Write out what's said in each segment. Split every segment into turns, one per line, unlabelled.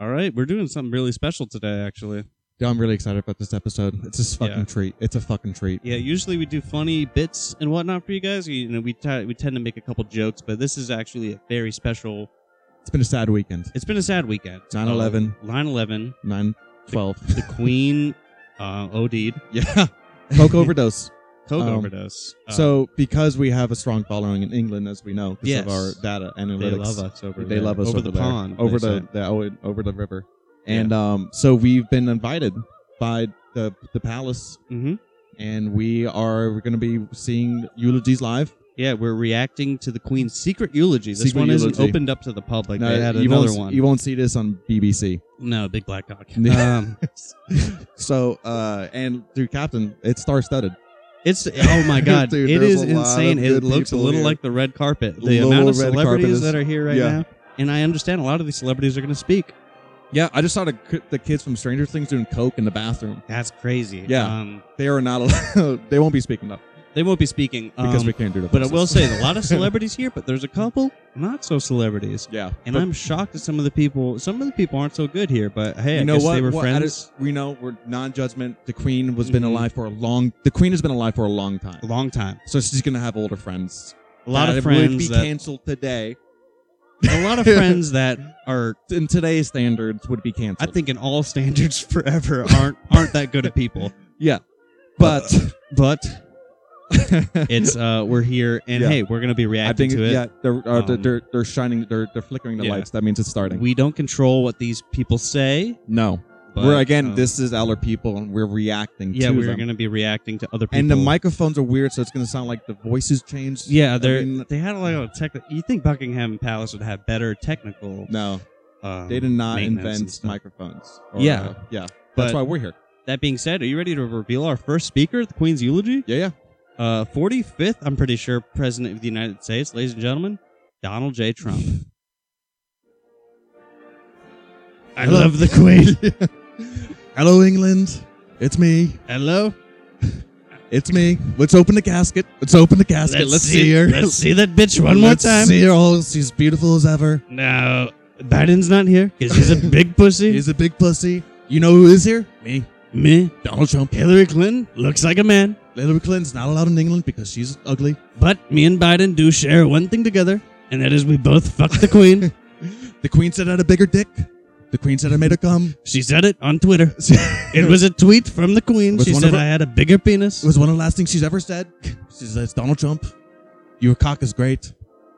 All right, we're doing something really special today, actually.
Yeah, I'm really excited about this episode. It's this fucking
Yeah.
treat. It's a fucking treat.
Yeah, usually we do funny bits and whatnot for you guys. You know, we t- we tend to make a couple jokes, but this is actually a very special.
It's been a sad weekend.
It's been a sad weekend. Uh,
9/11.
Nine eleven.
9 12.
The Queen uh, OD'd.
yeah. Coke overdose.
Coke
Um,
overdose. Uh,
so, because we have a strong following in England, as we know, because
Yes.
of our data analytics,
they love us over
They
there.
love us over,
the
there.
pond.
over
they
the,
say.
the over, over the river, and um, so we've been invited by the the palace,
Mhm.
and we are going to be seeing eulogies live.
Yeah, we're reacting to the Queen's secret eulogy. This
Secret
one isn't
eulogy.
opened up to the public.
No,
they had
you
another
won't,
one.
You won't see this on BBC.
no, big black cock.
Yeah.
um,
So, uh, and through Captain, it's star studded.
It's oh my god,
Dude,
it
there's
is
a lot of
insane. It
good
looks a
people
little
here.
like the red carpet. The
Little
amount of
red carpet
celebrities
is-
that are here right
yeah.
now, and I understand a lot of these celebrities are going to speak.
Yeah, I just saw the, the kids from Stranger Things doing coke in the bathroom.
That's crazy.
Yeah.
um,
They are not allowed. they won't be speaking up
they won't be speaking
because
um,
we can't do the.
But I
voices.
will say, a lot of celebrities here, but there's a couple not so celebrities,
yeah,
and
but
I'm shocked that some of the people, some of the people aren't so good here. But hey, I
you know
guess
what?
they were
What- I
friends
just- we know we're non-judgment. The Queen was been
Mhm.
alive for a long. The Queen has been alive for a long time,
a long time.
so she's gonna have older friends.
A lot
that
of
would be
friends that,
canceled today.
a lot of friends that are,
In today's standards, would be
I
canceled.
think, in all standards forever aren't aren't that good of people.
but
Uh, But
it's.
it's uh we're here and
Yeah.
hey we're gonna be
I
reacting
think
to it
yeah, they're, uh, they're
Um,
they're they're shining. They're they're flickering the
Yeah.
lights. That means it's starting.
we don't control what these people say
no,
but,
we're again.
uh,
this is our people, and we're reacting.
yeah
to
we're
them.
gonna be reacting to other people
And the microphones are weird, so it's gonna sound like the voices changed.
yeah they are
mean-
they had a lot of tech you think buckingham palace would have better technical
No,
um,
they did not
maintenance and
invent
stuff.
microphones.
Yeah.
uh, yeah.
But-
That's why we're here.
that being said are you ready to reveal our first speaker at the queen's eulogy
Yeah, yeah.
uh 45th i'm pretty sure president of the united states ladies and gentlemen donald j trump i love the queen
Hello, England. It's me.
hello
It's me. Let's open the casket. Let's open the casket. Let's, see, her.
let's see that bitch one
Let's
more time
See her. Oh, she's beautiful as ever.
No, Biden's not here because he's a big pussy.
He's a big pussy. You know who is here? Me,
Me,
Donald Trump.
Hillary Clinton, looks like a man.
Hillary Clinton's not allowed in England because she's ugly.
But me and Biden do share one thing together, and that is we both fuck the queen.
The Queen said I had a bigger dick. The Queen said I made her cum.
she said it on Twitter.
it
It was a tweet from the queen.
Was
She
one
said
of her-
I had a bigger penis.
was one of the last things she's ever said. She says, Donald Trump, your cock is great.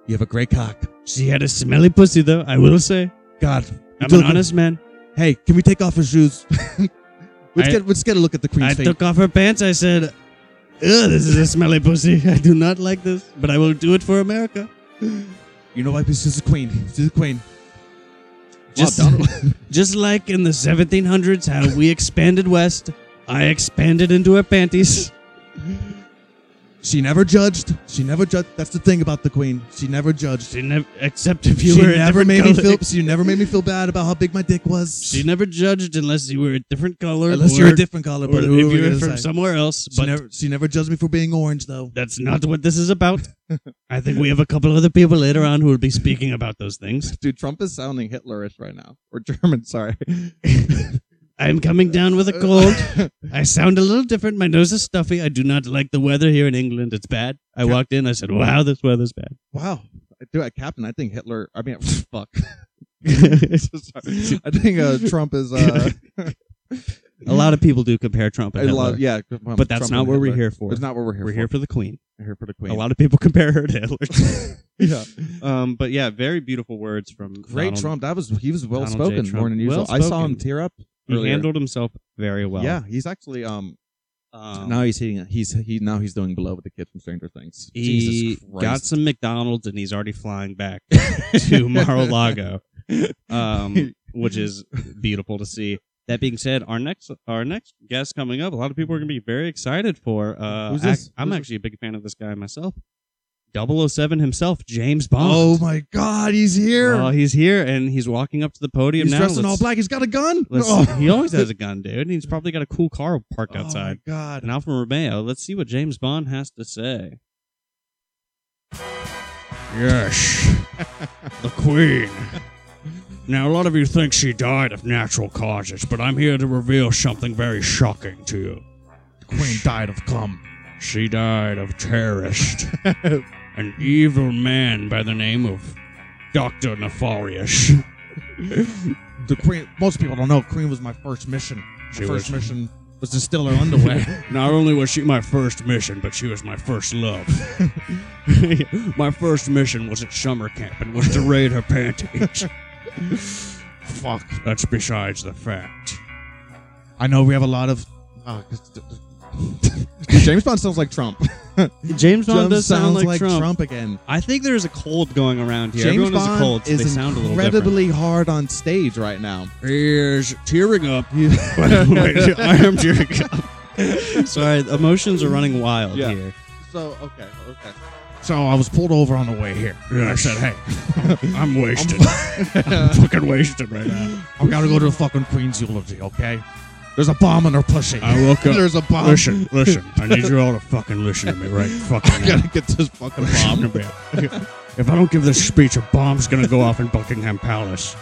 You have a great cock.
she had a smelly pussy, though. I will say,
God, you
I'm
took
an
a-
honest man.
Hey, can we take off her shoes? let's
I-
get let's get a look at the
I
queen's face.
took off her pants. I said, "Ugh, this is a smelly pussy. I do not like this, but I will do it for America."
you know why? Because she's a queen. She's a queen.
Just-
wow, Donald.
Just like in the 1700s, how we expanded west, I expanded into her panties.
she never judged. She never judged. That's the thing about the queen. She never judged.
She never, except if you
She
were a
never
different
made me
color.
feel. She never made me feel bad about how big my dick was.
She never judged unless you were a different color.
Unless
or,
you're a different color,
or if
but whoever
you
it
were
is,
from
I-
somewhere else.
she
But
never she never judged me for being orange though.
that's not what this is about. I think we have a couple other people later on who will be speaking about those things.
Dude, Trump is sounding Hitlerish right now, or German. Sorry.
I'm coming down with a cold. I sound a little different. My nose is stuffy. I do not like the weather here in England. It's bad. I
Cap-
walked in. I said, "Wow, this weather's
Wow. Dude, I- Captain, I think Hitler. I mean, fuck.
bad."
Sorry. I think uh, Trump is uh,
a lot of people do compare Trump and
a
Hitler.
lot. Yeah,
But that's not what we're here for.
It's not what we're here
we're
for.
here for the Queen.
We're here for the Queen.
A lot of people compare her to Hitler.
yeah.
um, but yeah, very beautiful words from
Great
Donald.
Trump. That was he was well
Donald J.
spoken
Trump.
more than usual. I saw him
Well-spoken.
tear up.
He
earlier.
handled himself very well.
Yeah, he's actually um,
Um,
now he's hitting he's he now he's doing below with the kid from Stranger Things.
he
Jesus Christ.
got some McDonald's and he's already flying back to Mar-a-Lago,
oh.
um, which is beautiful to see. That being said, our next our next guest coming up, a lot of people are going to be very excited for. Uh,
Who's this?
ac- I'm
Who's this?
actually a big fan of this guy myself. 007 himself, James Bond.
Oh my God, he's here.
Oh, he's here and he's walking up to the podium
he's
now.
dressed in all
Let's-
black. He's got a gun.
let's-
Oh.
He always has a gun, dude. And he's probably got a cool car parked outside.
Oh my God.
An Alfa Romeo. Let's see what James Bond has to say. Yes. the Queen. Now, a lot of you think she died of natural causes, but I'm here to reveal something very shocking to you.
The queen died of cum.
She died of terrorist, an evil man by the name of Dr. Nefarious.
The queen. Most people don't know. Queen was my first mission. My
She was-
first mission was to steal her underwear.
Not only was she my first mission, but she was my first love. my first mission was at summer camp and was to raid her panties.
Fuck.
That's besides the fact.
I know we have a lot of. Uh, James Bond sounds like Trump.
James
James sounds like Trump. again.
I think there's a cold going around here.
James
Everyone has a
Bond
cold. so
is
they sound a little different.
incredibly hard on stage right now.
Here's tearing up.
You-
Wait, I am tearing up. Sorry, emotions are running wild
Yeah.
here.
so okay, okay. So I was pulled over on the way here. And I
Yes.
said, "Hey,
I'm wasted. I'm
I
fucking wasted right now.
gotta go to the fucking Queen's eulogy, okay? There's a bomb in her pussy.
I woke up.
There's a bomb.
Listen, listen. I need you all to fucking listen to me right fucking
I
now.
gotta get this fucking
Listen
bomb.
to me. If I don't give this speech, a bomb's gonna go off in Buckingham Palace.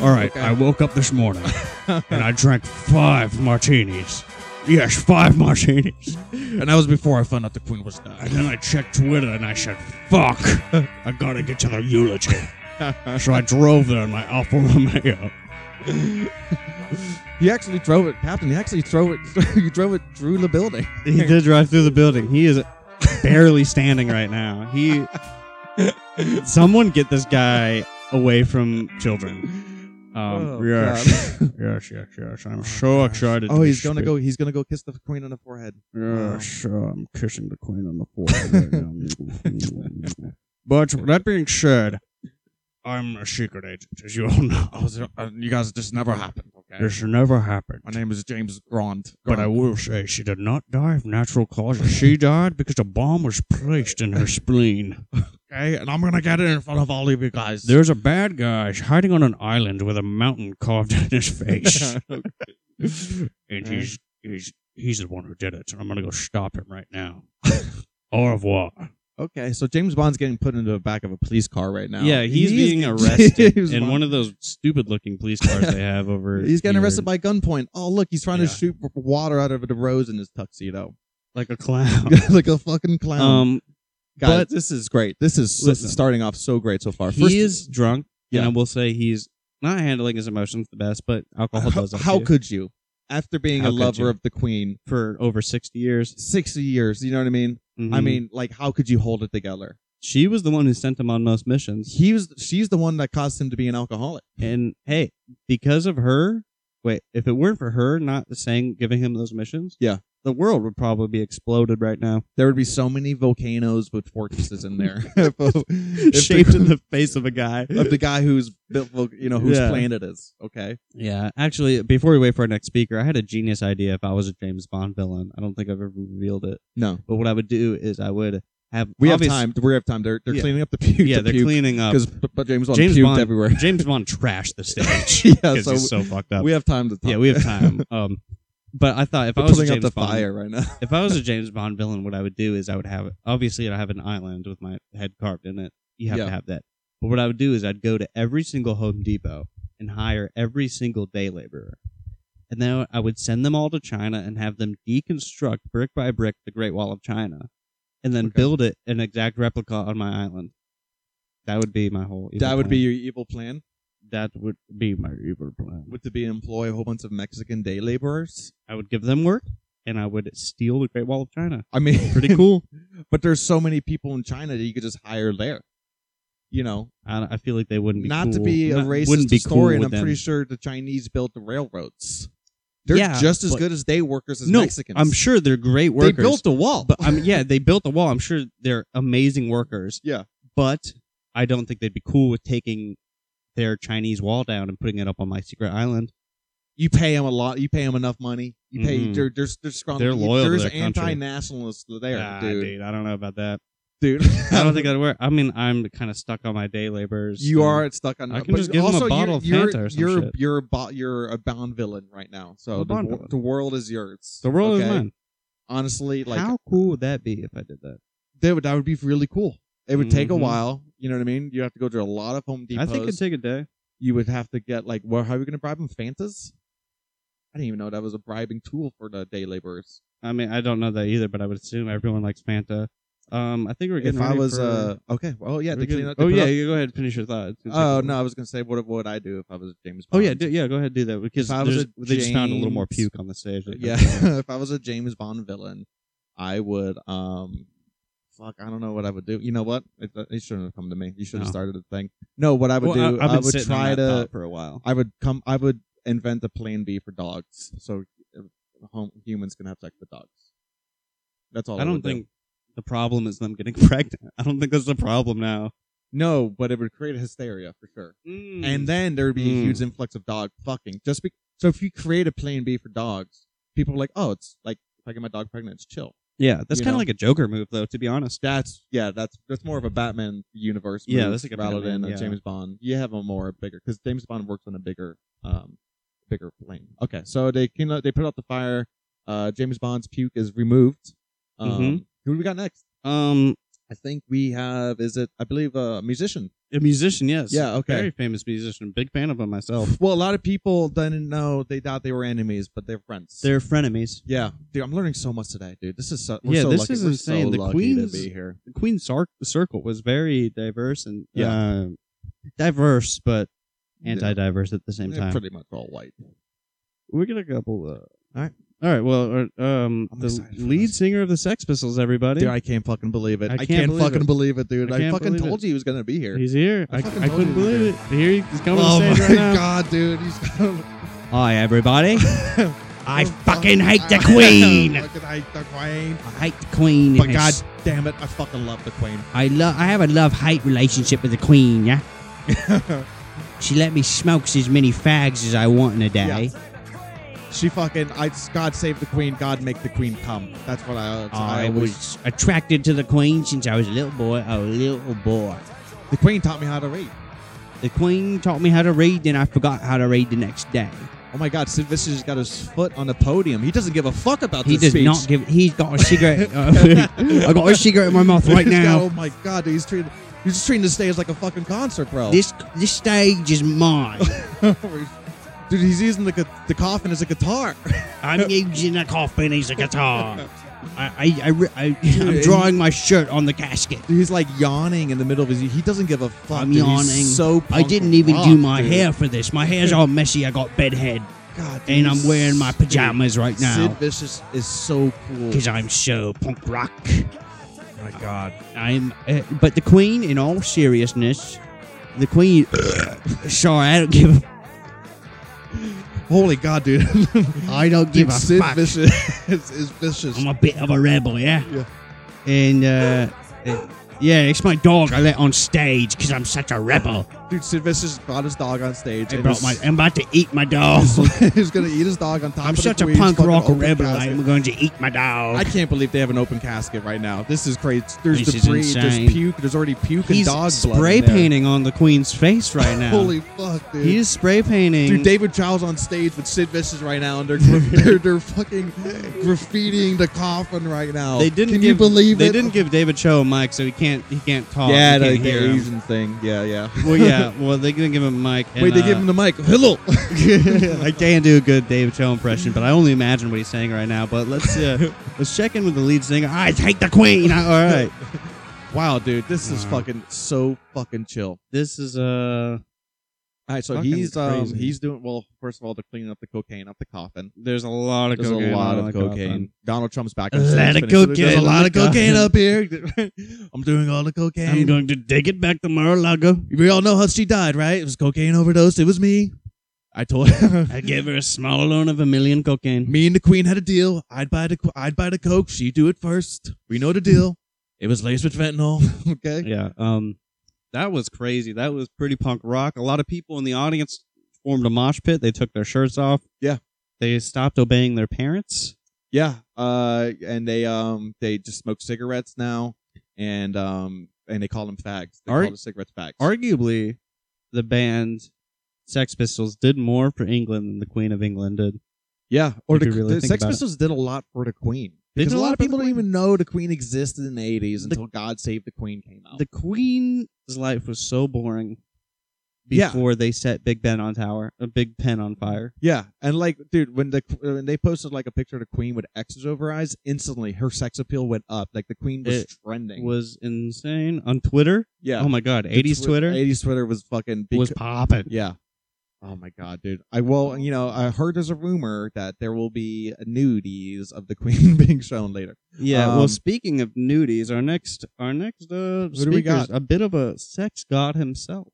All right,
Okay.
I woke up this morning and I drank five martinis. Yes, five martinis.
and that was before I found out the Queen was
And
dead.
then I checked Twitter and I said, fuck, I gotta get to the eulogy. so I drove there in my Alfa Romeo.
He actually drove it, Captain. He actually drove it. you drove it through the building.
He did drive through the building. He is barely standing right now. He. Someone get this guy away from children. Um,
Oh,
yes. yes, yes, yes. I'm so
gosh.
excited.
Oh,
be
he's gonna
speak-
go. Oh. He's gonna go kiss the Queen on the forehead.
Yes, so I'm kissing the queen on the forehead right now. but that being said, I'm a secret agent, as you all know.
Oh, is it- uh, you guys, this never happened. Okay.
This never happened.
My name is James Grond.
But I
Grond.
will say she did not die of natural causes. She died because a bomb was placed in her spleen.
okay, and I'm gonna get it in front of all of you guys.
There's a bad guy hiding on an island with a mountain carved in his face. and he's he's he's the one who did it. So I'm gonna go stop him right now. Au revoir.
okay, so James Bond's getting put into the back of a police car right now.
Yeah, he's
He is-
being arrested
James
in
Bond.
one of those stupid looking police cars they have over
He's getting
here.
arrested by gunpoint. Oh look, he's trying
Yeah.
to shoot w- water out of the rose in his tuxedo,
like a clown.
like a fucking clown.
um
Guys,
but-
this is great. This is this is
Listen.
starting off so great so far. First,
he is drunk, and
Yeah.
I will say he's not handling his emotions the best, but alcohol
how,
does that
how
to you.
could you, after being
How
a
could
lover
you?
of the Queen
for over 60 years.
sixty years? You know what I mean? I
Mhm.
mean, like, how could you hold it together?
she was the one who sent him on most missions.
He was. She's the one that caused him to be an alcoholic.
And hey, because of her, wait, if it weren't for her not saying giving him those missions,
Yeah.
the world would probably be exploded right now,
There would be so many volcanoes with fortresses in there. if, if
shaped
the,
in the face of a guy.
of the guy who's built, vol- you know, whose
Yeah.
planet is okay.
Yeah, actually, before we wait for our next speaker, I had a genius idea. If I was a James Bond villain, I don't think I've ever revealed it.
No,
But what I would do is I would have
we
obvious-
have time. We have time. They're, they're
Yeah.
cleaning up the puke.
Yeah,
the
they're
puke,
cleaning up.
because but James Bond
James
puked
Bond-
everywhere.
James Bond trashed the stage
yeah,
'cause
so
he's so fucked up.
we have time to. Talk.
yeah, we have time. Um, but I thought if I
We're
was a
putting
James
out the
Bond,
fire right now.
if I was a James Bond villain, what I would do is I would have obviously I'd have an island with my head carved in it. You have
Yeah.
to have that. But what I would do is I'd go to every single Home Depot and hire every single day laborer. And then I would send them all to China and have them deconstruct brick by brick the Great Wall of China and then
Okay.
build it an exact replica on my island. That would be my whole evil
That would
plan.
be your evil plan.
that would be my evil plan.
Would to be employ a whole bunch of Mexican day laborers.
I would give them work and I would steal the Great Wall of China.
I mean,
Pretty cool.
but there's so many people in China that you could just hire there. You know,
I, don't- I feel like they wouldn't be
not to
cool.
be a
Not-
racist
wouldn't be
historian,
cool
I'm
with
pretty
them.
sure the Chinese built the railroads. They're
Yeah,
just as
but-
good as day workers as
No,
Mexicans.
I'm sure they're great
they
workers.
built the wall.
but I mean, yeah, they built the wall. I'm sure they're amazing workers.
Yeah.
but I don't think they'd be cool with taking their Chinese wall down and putting it up on my secret island.
you pay them a lot. You pay them enough money. You pay.
Mhm.
They're they're, they're strong.
They're loyal to
There's
their country.
anti-nationalists there,
Ah,
dude.
I don't know about that.
Dude,
I don't think that'd work. I mean, I'm kind of stuck on my day laborers.
you
so-
are stuck on.
I can
but
just give 'em a
also,
bottle
you're,
of
you're,
Fanta or some
you're,
shit.
You're, a bo- you're a bound villain right now.
I'm
So
a
the,
Bond
wor-
villain.
the world is yours.
The world is
okay?
mine.
Honestly, like
How cool would that be if I did that?
that would, that would be really cool. It would take a
Mhm.
while. You know what I mean? You have to go to a lot of Home Depots.
I think it'd take a day.
you would have to get like, well, how are we going to bribe them? Fantas? I didn't even know that was a bribing tool for the day laborers.
I mean, I don't know that either, but I would assume everyone likes Fanta. Um, I think we're getting.
if I
ready
was,
for-
uh, okay, well, yeah,
we're
they
getting-
clean up- they
oh
put
yeah,
up-
you go ahead, and finish your thought. It's gonna take a
oh
little-
no, I was going to say, what would I do if I was James?
Oh
Bond?
yeah, do, yeah. Go ahead, do that because
If I was
there's-
a
they just found a little more
James-
puke on the stage.
yeah. if I was a James Bond villain, I would, um, fuck, I don't know what I would do. You know what? It, it shouldn't have come to me. You should have
No.
started the thing. No, what I would
Well,
do,
I've been
would
sitting on
try
that
to.
thought for a while.
I would come. I would invent a plan B for dogs, so uh, home, humans can have sex with dogs. That's all.
I don't
would do.
think the problem is them getting pregnant. I don't think that's the problem now.
No, but it would create a hysteria for sure,
Hmm.
and then there would be a
Mm.
huge influx of dog fucking. Just be, so if you create a plan B for dogs, people are like, oh, it's like if I get my dog pregnant, it's chill.
yeah, that's
you
kind of
know.
like a Joker move, though. To be honest,
That's yeah, that's that's more of a Batman universe.
Yeah,
move
that's like a
rather
Batman,
than a
yeah.
James Bond. You have a more bigger because James Bond works on a bigger, um, bigger plane. Okay, so they clean up, they put out the fire. Uh, James Bond's puke is removed. Um,
Mhm.
Who do we got next?
um,
I think we have is it I believe uh, a musician.
a musician, yes,
Yeah, okay.
very famous musician, big fan of him myself.
Well, a lot of people didn't know they thought they were enemies, but they're friends.
They're frenemies.
yeah, dude, I'm learning so much today, dude. This is so we're
Yeah,
so
this
lucky.
is
we're
insane.
So
The
lucky
Queen's-
to be here.
the Queen's Cir- Circle was very diverse and
Yeah.
uh, diverse, but anti-diverse at the same
They're
time.
pretty much all white.
we get a couple. Uh, all
right.
all right. Well, uh, um,
I'm
the
excited for
lead
this.
singer of the Sex Pistols, everybody,
Dude, I can't fucking believe it. I
I
can't,
can't believe
fucking
it.
believe it, dude.
I
I,
can't
fucking
believe
told you he was gonna be here.
he's here.
I
I, I,
fucking told
couldn't
you
believe it. Here he's coming
oh
to the
my
stage right
god, dude. He's
now. Hi, everybody. I fucking hate the
I
Queen.
fucking hate the Queen.
I hate the Queen.
But
and
god
it's-
damn it, I fucking love the Queen.
I love. I have a love-hate relationship with the Queen. Yeah. she let me smoke as many fags as I want in a day.
Yeah. She fucking I God save the Queen, God make the Queen come. That's what I, I,
I
always
was attracted to the Queen since I was a little boy. A little boy.
The Queen taught me how to read.
The Queen taught me how to read, then I forgot how to read the next day.
Oh my god, Sid Vicious has got his foot on the podium. He doesn't give a fuck about
He does
this speech.
not give. He's got a cigarette. uh, I got a cigarette in my mouth right
He's got-
now.
oh my god, dude, he's treating he's just treating the stage like a fucking concert, bro.
This this stage is mine.
Dude, he's using the, gu- the coffin as a guitar.
I'm using a coffin as a guitar. I, I, I, re- I
Dude,
I'm drawing my shirt on the casket.
Dude, he's like yawning in the middle of his. He doesn't give a fuck.
I'm
dude. He's
yawning.
so
I
punk
didn't even
rock,
do my
Oh, dude.
hair for this. My hair's all messy. I got bedhead,
God, dude,
and I'm wearing my
Sid-
pajamas right
Sid
now
Vicious is so cool.
because I'm so punk rock.
Oh my God,
I'm, uh, but the Queen, in all seriousness, the Queen. sorry, I don't give. a-
holy God, dude!
I don't give
Dude,
a
Sid
fuck.
Vicious is, is vicious.
I'm a bit of a rebel, yeah.
Yeah.
And uh, uh, yeah, it's my dog I let on stage because I'm such a rebel.
Dude, Sid Vicious brought his dog on stage.
I
and
brought
is-
my. I'm about to eat my dog.
he's gonna eat his dog on top.
I'm
of the
such a
Queen's
punk
fucking
rock
open
rebel.
casket.
I'm going to eat my dog.
I can't believe they have an open casket right now. This is crazy. There's
This is
debris,
insane.
there's puke, there's already puke and dog blood.
spray
in there.
painting on the Queen's face right now.
Holy fuck, dude.
he is spray painting.
Dude, David Chow's on stage with Sid Vicious right now, and they're gra- they're, they're fucking graffitiing the coffin right now.
they didn't
Can
give.
you believe
they
it?
didn't give David Cho a mic, so he can't. He can't talk.
yeah,
he
the,
can't
the
hear him.
Asian thing. Yeah, yeah.
well, yeah. Well, they didn't give him a mic. and,
Wait, they
uh,
give him the mic. Hello.
I can't do a good David Cho impression, but I only imagine what he's saying right now. But let's uh, let's check in with the lead singer. I take the queen. All right.
wow, dude, this is
Wow.
fucking so fucking chill.
This is uh
All right, so
Fucking
he's um,
crazy.
he's doing well. First of all, they're cleaning up the cocaine off the coffin.
there's a lot of
There's
cocaine.
a lot
on
of
the
cocaine. Donald Trump's back.
A
on stage
lot of
finished. So There's a
cocaine
lot
on
of
the
cocaine
coffin.
up here. I'm doing all the
coffin.
cocaine.
I'm going to dig it back to Mar-a-Lago.
we all know how she died, right? It was cocaine overdose. It was me. I told.
I gave her a small loan of a million cocaine.
Me and the queen had a deal. I'd buy the I'd buy the coke. She'd do it first. We know the deal. It was laced with fentanyl. okay.
Yeah. Um, that was crazy. That was pretty punk rock. A lot of people in the audience formed a mosh pit. They took their shirts off.
Yeah.
They stopped obeying their parents.
Yeah. Uh, and they um they just smoke cigarettes now, and um and they call them fags. They
Are-
call the cigarettes fags.
arguably the band Sex Pistols did more for England than the Queen of England did.
yeah. Or
If
the,
you really
the
think
Sex
about it.
Pistols did a lot for the queen.
They
Because
did a
a lot
lot for
of
the
people don't
Queen.
even know the queen existed in the eighties
The-
until God Save the Queen came out.
The Queen's life was so boring
Yeah.
before they set Big Ben on tower, a Big Pen on fire.
Yeah, and like, dude, when the when they posted like a picture of the Queen with X's over her eyes, instantly her sex appeal went up. Like the Queen was
It
trending.
Was insane on Twitter.
yeah,
Oh my god, eighties Twitter
Eighties Twitter was fucking beca-
was popping.
Yeah. Oh my god, dude. I well, you know, I heard there's a rumor that there will be nudies of the Queen being shown later.
Yeah.
Um,
well, speaking of nudies, our next our next uh,
do we
speaker's
got?
a bit of a sex god himself,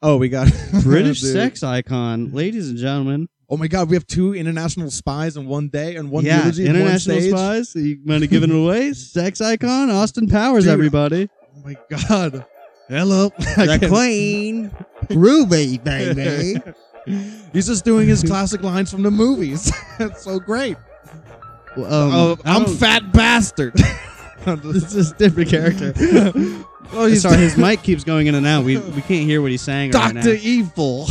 Oh, we got
British
Dude.
sex icon, ladies and gentlemen.
Oh my god, we have two international spies in one day and one
yeah,
eulogy in one
international
stage.
spies. You might have given it away. Sex icon, Austin Powers,
Dude,
everybody.
Oh my god. Hello. I can't-
Queen, Ruby, baby.
He's just doing his classic lines from the movies. That's so great.
Well,
oh,
um, I
I'm
don't-
fat bastard.
This is a different character.
oh, he's
Sorry, his mic keeps going in and out. We we can't hear what he's saying right
Doctor
now.
Evil.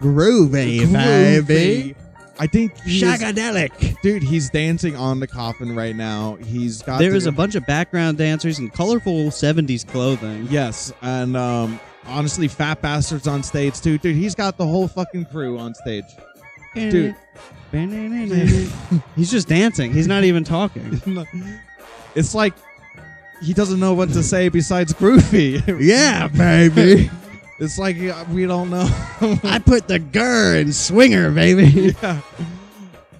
Groovy,
Groovy. I think he is-
Shagadelic.
Dude, he's dancing on the coffin right now. He's got
There is
the-
a bunch of background dancers in colorful '70s clothing.
yes, and um, honestly, fat bastards on stage too. Dude, he's got the whole fucking crew on stage. Dude.
He's just dancing. He's not even talking.
it's like he doesn't know what to say besides groovy.
Yeah, baby.
it's like uh, we don't know.
I put the gur in swinger, baby.
yeah.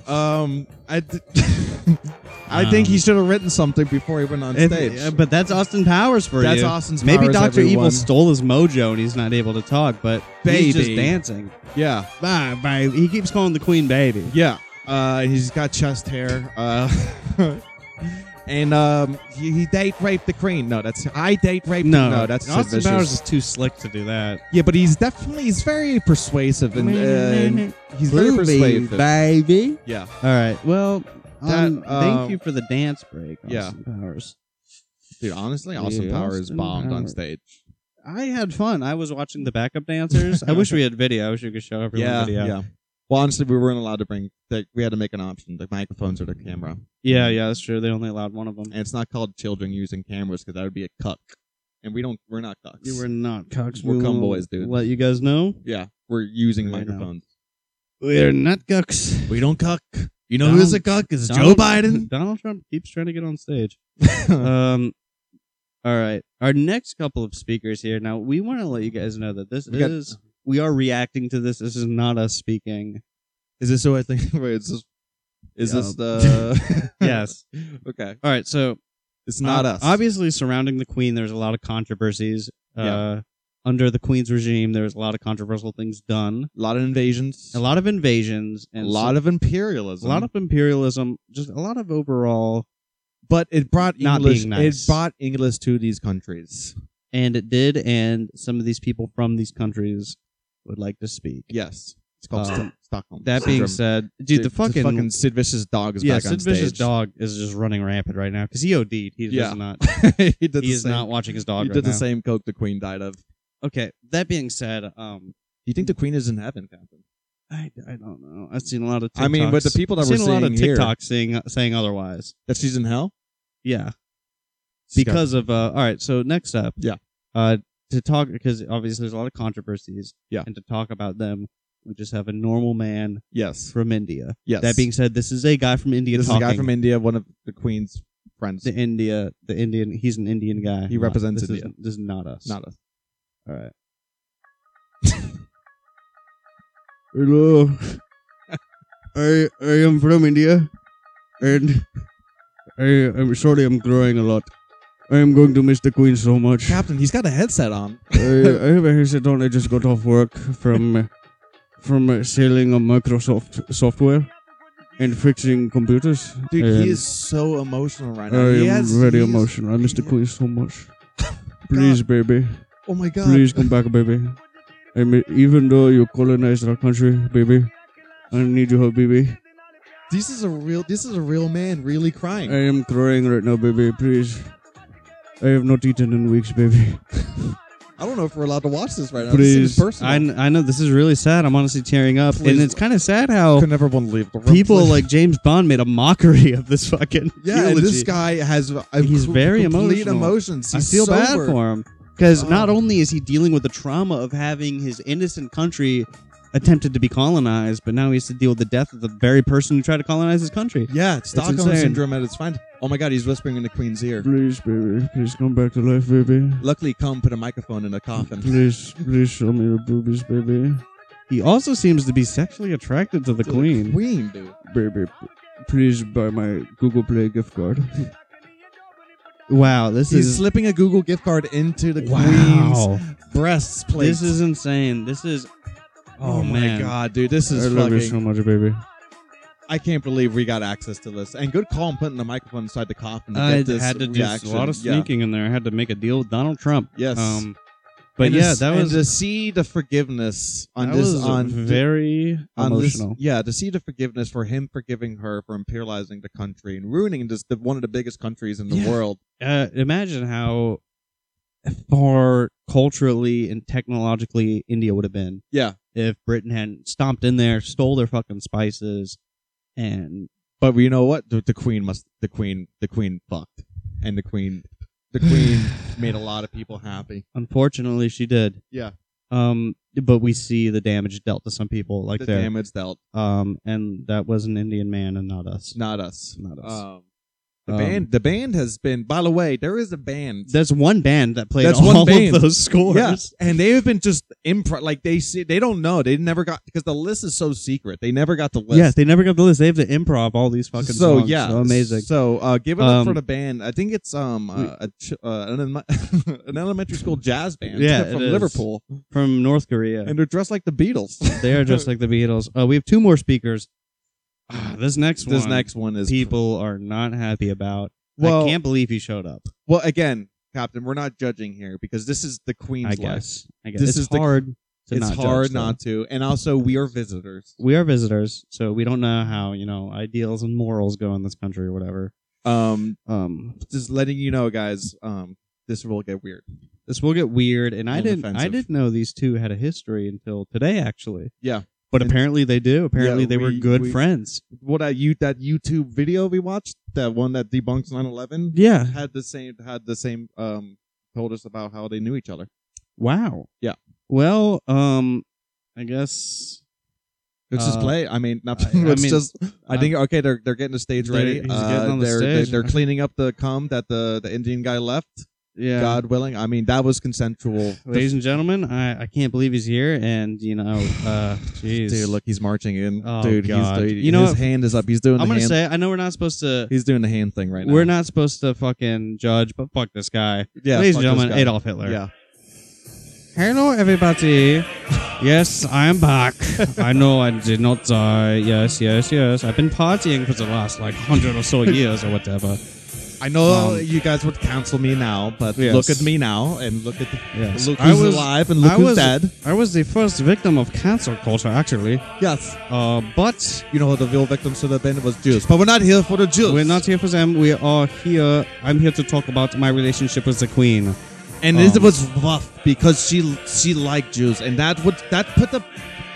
Um, I. d- I think
Um,
he should have written something before he went on stage.
but that's Austin Powers for
That's
you.
Austin's
Maybe
powers,
Doctor Evil
everyone.
stole his mojo and he's not able to talk, but he's just
Baby.
dancing.
yeah.
Bye, bye. He keeps calling the queen baby.
Yeah, uh, and he's got chest hair. Uh, and um, he, he date raped the queen. No, that's I date raped.
No,
no, that's Sid
Austin
Vicious.
Powers is too slick to do that.
Yeah, but he's definitely he's very persuasive and, uh, and he's very
Groovy,
persuasive.
baby.
Yeah,
All right. Well,
That,
um,
um,
thank you for the dance break, Austin
yeah.
Powers.
dude. Honestly, Austin
Yeah,
Powers
Austin
bombed on
Powers.
stage.
I had fun. I was watching the backup dancers. I wish we had video. I wish we could show everyone
yeah,
video.
yeah. Well, honestly, we weren't allowed to bring. The, we had to make an option: the microphones or the camera. And
yeah, yeah, That's true. They only allowed one of them.
it's not called children using cameras because that would be a cuck, and we don't. We're not cucks.
You were not cocks.
We're
We
cum
will
boys, dude.
Let you guys know
yeah, we're using
I know.
microphones.
we're not cocks.
We don't cuck. You know
Donald-
who's a cuck? It's Joe Biden.
Donald Trump keeps trying to get on stage. um. All right. Our next couple of speakers here. Now we want to let you guys know that this
We got-
is we are reacting to this. This is not us speaking.
Is this who I think? Wait, is this? Is
Yeah.
this the?
Yes.
okay. Uh,
All right. So
It's not
Ob-
us.
Obviously, surrounding the Queen, there's a lot of controversies. Uh,
Yeah.
Under the Queen's regime, there was a lot of controversial things done,
A lot of invasions.
a lot of invasions,
A
and
lot of
a
imperialism.
lot of imperialism, just a lot of overall,
But it brought
Not
English.
being nice.
It brought English to these countries.
and it did. And some of these people from these countries would like to speak.
Yes. It's called
Um,
Sto- Stockholm.
That being
syndrome.
said, dude, the fucking,
fucking Sid Vicious dog is
yeah,
back
Sid
on stage.
Vicious dog is just running rampant right now because he OD'd. He
Yeah.
does not.
he did the
He is
same.
not watching his dog
he
right
did
now.
the same coke the Queen died of. Do
Okay. That being said, um,
you think the Queen is in heaven, Captain?
I, I don't know. I've seen a lot of. TikToks.
I mean, with the people that
I've
we're
seen a lot of
seeing here-
TikToks saying uh, saying otherwise.
That she's in hell?
Yeah,
She's got-
because of uh, all right. So next up,
Yeah.
uh, to talk because obviously there's a lot of controversies.
Yeah.
and to talk about them, we just have a normal man
yes,
from India.
yes.
That being said, this is a guy from India
this is a
talking.
guy from India, one of the Queen's friends.
the India, the Indian. He's an Indian guy.
He
Not-
represents
this
India.
Is, this is not us.
Not us.
all right. Hello. I I am from India, and I am sorry I'm growing a lot. I am going to miss the Queen so much. I,
Captain, he's got a headset on.
I have a headset on. I just got off work from from uh, selling on Microsoft software and fixing computers.
Dude,
And
he is so emotional right
I
now.
am
he has,
very
he is-
emotional. I miss the Queen so much. Please, baby.
Oh my god.
Please come back, baby. I mean, even though you colonized our country, baby, I need your help, baby.
This is a real this is a real man really crying.
I am crying right now, baby. Please. I have not eaten in weeks, baby.
I don't know if we're allowed to watch this right now. This
Please.
is personal.
I, kn- I know this is really sad. I'm honestly tearing up.
Please.
And it's kind of sad how
could never believe the
people like James Bond made a mockery of this fucking
Yeah, and
eulogy.
this guy has a
He's
cl-
very
complete
emotional.
emotions.
I
He's
feel bad
sober.
for him. Because
Oh.
not only is he dealing with the trauma of having his innocent country attempted to be colonized, but now he has to deal with the death of the very person who tried to colonize his country.
Yeah, it's Stockholm
insane.
syndrome at its fine. Oh my god, he's whispering into Queen's ear.
Please, baby, please come back to life, baby.
Luckily, Combe put a microphone in a coffin.
Please, please show me your boobies, baby. He also seems to be sexually attracted to the queen.
Queen, dude.
baby, please buy my Google Play gift card. wow, this
He's
is
slipping a Google gift card into the
wow.
Queen's breasts plate.
This is insane. This is
Oh, my
man.
god, dude. This
I
is
love you
fucking.
so much, baby.
I can't believe we got access to this. And good call on putting the microphone inside the coffin to
I
get this
had to do
reaction.
a lot of
Yeah.
sneaking in there. I had to make a deal with Donald Trump.
Yes.
Um, but
And to
yeah,
s-
that
and
was
to see the forgiveness on
that
this
was
on
very
on this-
emotional.
yeah, to see the forgiveness for him forgiving her for imperializing the country and ruining just the, one of the biggest countries in the
Yeah.
world.
uh, imagine how far culturally and technologically India would have been.
Yeah.
If Britain hadn't stomped in there, stole their fucking spices, and
But you know what? The, the queen must. The queen. The queen fucked, and the queen. The queen made a lot of people happy.
unfortunately, she did.
Yeah.
Um, but we see the damage dealt to some people, like
the
there.
damage dealt.
Um, and that was an Indian man and not us.
Not us.
Not us.
Um, the
Um,
band. The band has been. By the way, there is a band.
That's one band that played
That's
all
one band.
of those scores.
Yeah, and they have been just improv. Like they see, they don't know. They never got because the list is so secret. They never got the list.
Yes, they never got the list. They have to improv all these fucking
so
songs.
yeah,
so amazing.
So uh, give it up
Um,
for the band. I think it's um uh, a ch- uh, an, elem- an elementary school jazz band
Yeah,
from
it is.
Liverpool,
From North Korea,
and they're dressed like the Beatles.
They are just like the Beatles. Uh, we have two more speakers. Ah, this next
this
one,
next one is
people are not happy about.
Well,
I can't believe he showed up.
well again, Captain. We're not judging here because this is the Queen's
I
life.
guess. I guess
This
it's
is the-
hard. to
It's
not judge
hard
them.
not to, and also we are visitors.
We are visitors, so we don't know how you know ideals and morals go in this country or whatever.
Um,
Um,
just letting you know, guys. Um, this will get weird.
this will get weird, and I
And
didn't. I
offensive.
didn't know these two had a history until today, actually.
Yeah.
But
And-
apparently they do. Apparently
Yeah,
they were
we-
good
we-
friends.
What that you that YouTube video we watched, that one that debunks 9/11,
Yeah.
had the same had the same um told us about how they knew each other.
Wow.
Yeah.
Well, um, I guess
Let's
Uh,
just play. I mean, not,
I- I
let's
mean,
just. I
I'm-
think okay, they're they're getting the stage
They're-
ready.
he's
Uh,
getting on the
they're, they're-
stage.
They're, cleaning up the cum that the the Indian guy left.
yeah.
God willing. I mean, that was consensual.
Ladies and gentlemen, I, I can't believe he's here, and you know, uh, jeez,
Dude, look, he's marching in.
Oh,
dude,
God.
he's
You know
his
what?
hand is up. He's doing.
I'm
the
gonna
hand,
say I know we're not supposed to,
he's doing the hand thing right now.
we're not supposed to fucking judge, but fuck this guy.
Yeah,
Ladies and
fuck this
gentlemen,
guy.
Adolf Hitler.
Yeah.
Hello, everybody. Yes, I'm back. I know I did not die. Yes, yes, yes. I've been partying for the last like hundred or so years or whatever.
I know
Um,
you guys would counsel me now, but
Yes.
look at me now and look at
Yes,
look
I
who's
was-
alive and look
I
who's
was-
dead.
I was the first victim of cancel culture, actually.
Yes.
Uh, but
You know who the real victims should have been? It was Jews. But we're not here for the Jews.
We're not here for them. We are here. I'm here to talk about my relationship with the Queen.
And
Um,
it was rough because she she liked Jews, and that would that put a,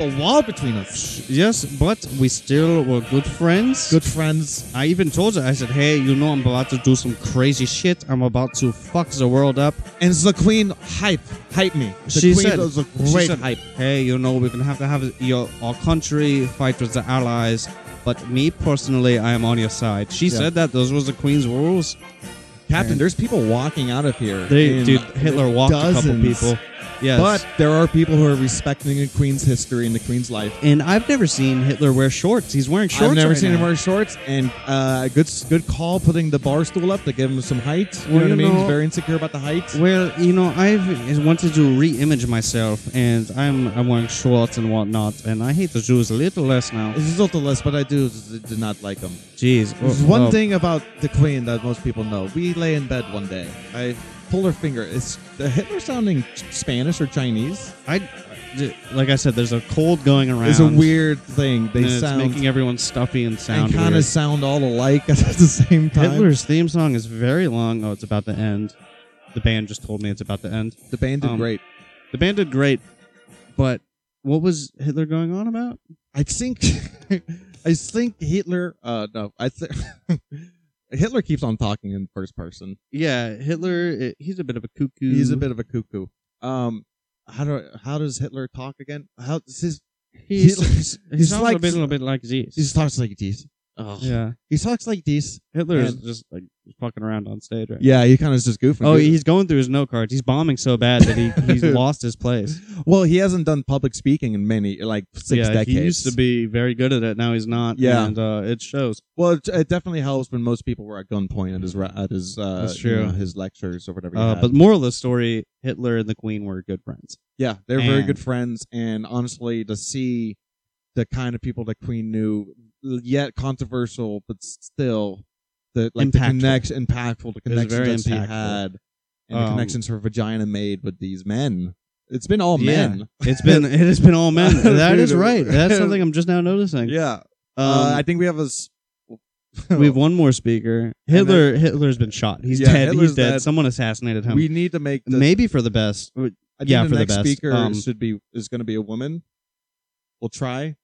a wall between us.
Yes, but we still were good friends.
Good friends.
I even told her, I said, hey, you know, I'm about to do some crazy shit. I'm about to fuck the world up.
And the queen hype hype me. The
She
queen
said-
was a
She
great
said,
hype.
Hey, you know, we're going to have to have your, our country fight with the allies. But me personally, I am on your side. She
Yeah.
said that. Those was the Queen's rules.
Captain,
And-
there's people walking out of here.
They,
in
dude, Hitler walked a couple
dozens.
people. Yes.
But there are people who are respecting the queen's history and the queen's life.
and I've never seen Hitler wear shorts. He's wearing shorts.
I've never
right
seen
now.
him wear shorts, and uh, good good call putting the bar stool up to give him some height. You
Well,
know what I
you
mean?
know-
He's very insecure about the height.
Well, you know, I've wanted to re-image myself, and I'm I'm wearing shorts and whatnot, and I hate the Jews a little less now.
This is not the list, but I do did not like him.
Jeez,
There's
oh,
one
oh.
thing about the Queen that most people know. We lay in bed one day. I pull her finger. Is the Hitler sounding ch- Spanish or Chinese?
I d- like I said, there's a cold going around.
It's a weird thing. They
and it's
sound
making everyone stuffy and sound
and kind
weird.
of sound all alike at the same time.
Hitler's theme song is very long. Oh, it's about to end. The band just told me it's about to end.
the band did
um,
great.
The band did great, but what was Hitler going on about?
I think I think Hitler. Uh, no, I think Hitler keeps on talking in first person.
Yeah, Hitler. eh, He's a bit of a cuckoo.
He's a bit of a cuckoo. Um, how do how does Hitler talk again? How does his
He's,
Hitler-
he's,
he's
sounds a
like-
bit, little bit like this.
he talks like this? Oh,
yeah,
he talks like this.
Hitler is
And-
just like fucking around on stage right. now.
Yeah, he kind of just goofing.
Oh, he's going through his note cards. He's bombing so bad that he, he's lost his place.
well, he hasn't done public speaking in many like six
yeah,
decades.
he used to be very good at it. Now he's not.
Yeah.
and uh, it shows.
Well, it, it definitely helps when most people were at gunpoint at his ra- at his uh,
That's
you
true.
know, his lectures or whatever. he
Uh,
had.
but moral of the story: Hitler and the Queen were good friends.
Yeah, they were very good
And-
friends, and honestly, to see the kind of people that Queen knew, yet controversial, but still the like the
Impactful.
connect impactful the connections
very
that she
impactful.
had, and the
Um,
connections her vagina made with these men. It's been all
Yeah.
men.
It's been it has been all men. That is
Dude.
right. That's something I'm just now noticing.
Yeah,
Um,
uh, I think we have a. s-
we have one more speaker.
And
Hitler Hitler's been shot. He's
Yeah,
dead.
Hitler's
He's dead.
dead.
Someone assassinated him.
we need to make this,
Maybe for the best.
I think
yeah,
the
for the
next
best.
speaker
Um,
should be is going to be a woman. We'll try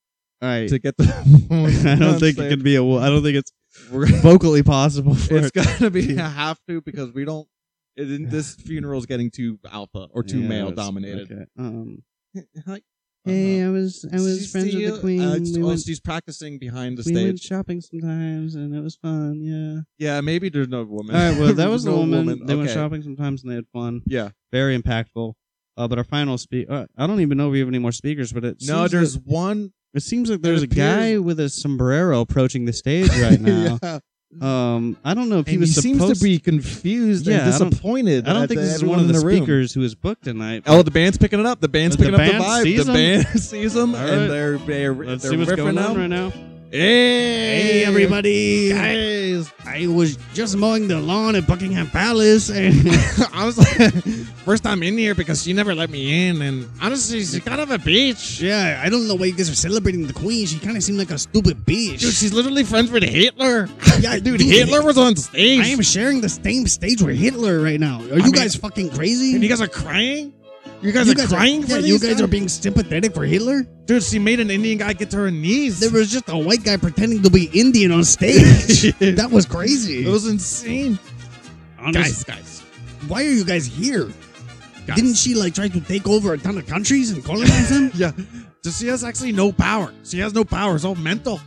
All right.
to get the.
I don't think it could be a. wo- I don't think it's
We're,
vocally possible for
It's gonna be
Dude.
I have to because we don't. It, isn't- this funeral's getting too alpha or too
Yeah,
male
it's-
dominated.
okay. Um,
Hi.
hey,
Uh,
I was I was
she's
friends with
still-
the queen.
uh,
we
oh,
went,
she's practicing behind the
we went
stage.
shopping sometimes, and it was fun. Yeah.
Yeah, maybe there's no woman.
All right. Well, that was the
no
woman. They went
Okay.
shopping sometimes, and they had fun.
Yeah.
Very impactful. Uh, but our final speak. Uh, I don't even know if we have any more speakers, but it
No,
seems that-
there's one
It seems like there's a
appears-
guy with a sombrero approaching the stage right now.
yeah.
Um, I don't know if
And he
he was
seems
supposed
to be confused
Yeah,
and
I don't-
disappointed.
I don't
at
think
the-
this is
everyone
one of
in
the,
room.
speakers who is booked tonight.
Oh, the band's picking it up. The band's
The
picking up
band
the vibe.
sees
the
'em?
band sees them,
All right.
and they're they're,
Let's
they're
see what's
riffing
going
out.
on right now.
Hey,
Hey, everybody! I,
Guys,
I was just mowing the lawn at Buckingham Palace, and
I was like, first time in here because she never let me in, and honestly, she's kind of a bitch.
yeah, I don't know why you guys are celebrating the queen. She kind of seemed like a stupid bitch.
Dude, she's literally friends with Hitler.
yeah,
Dude, Hitler was on stage.
I am sharing the same stage with Hitler right now. Are you
mean-
guys fucking crazy?
and you guys are crying. You guys are crying
yeah,
for these
you guys are
guys?
being sympathetic for Hitler.
Dude, she made an Indian guy get to her knees.
There was just a white guy pretending to be Indian on stage. that was crazy.
it was insane.
Honest-
guys,
why are you guys here?
Guys.
Didn't she like try to take over a ton of countries and colonize them?
yeah. Just she has actually no power. She has no power. It's all mental.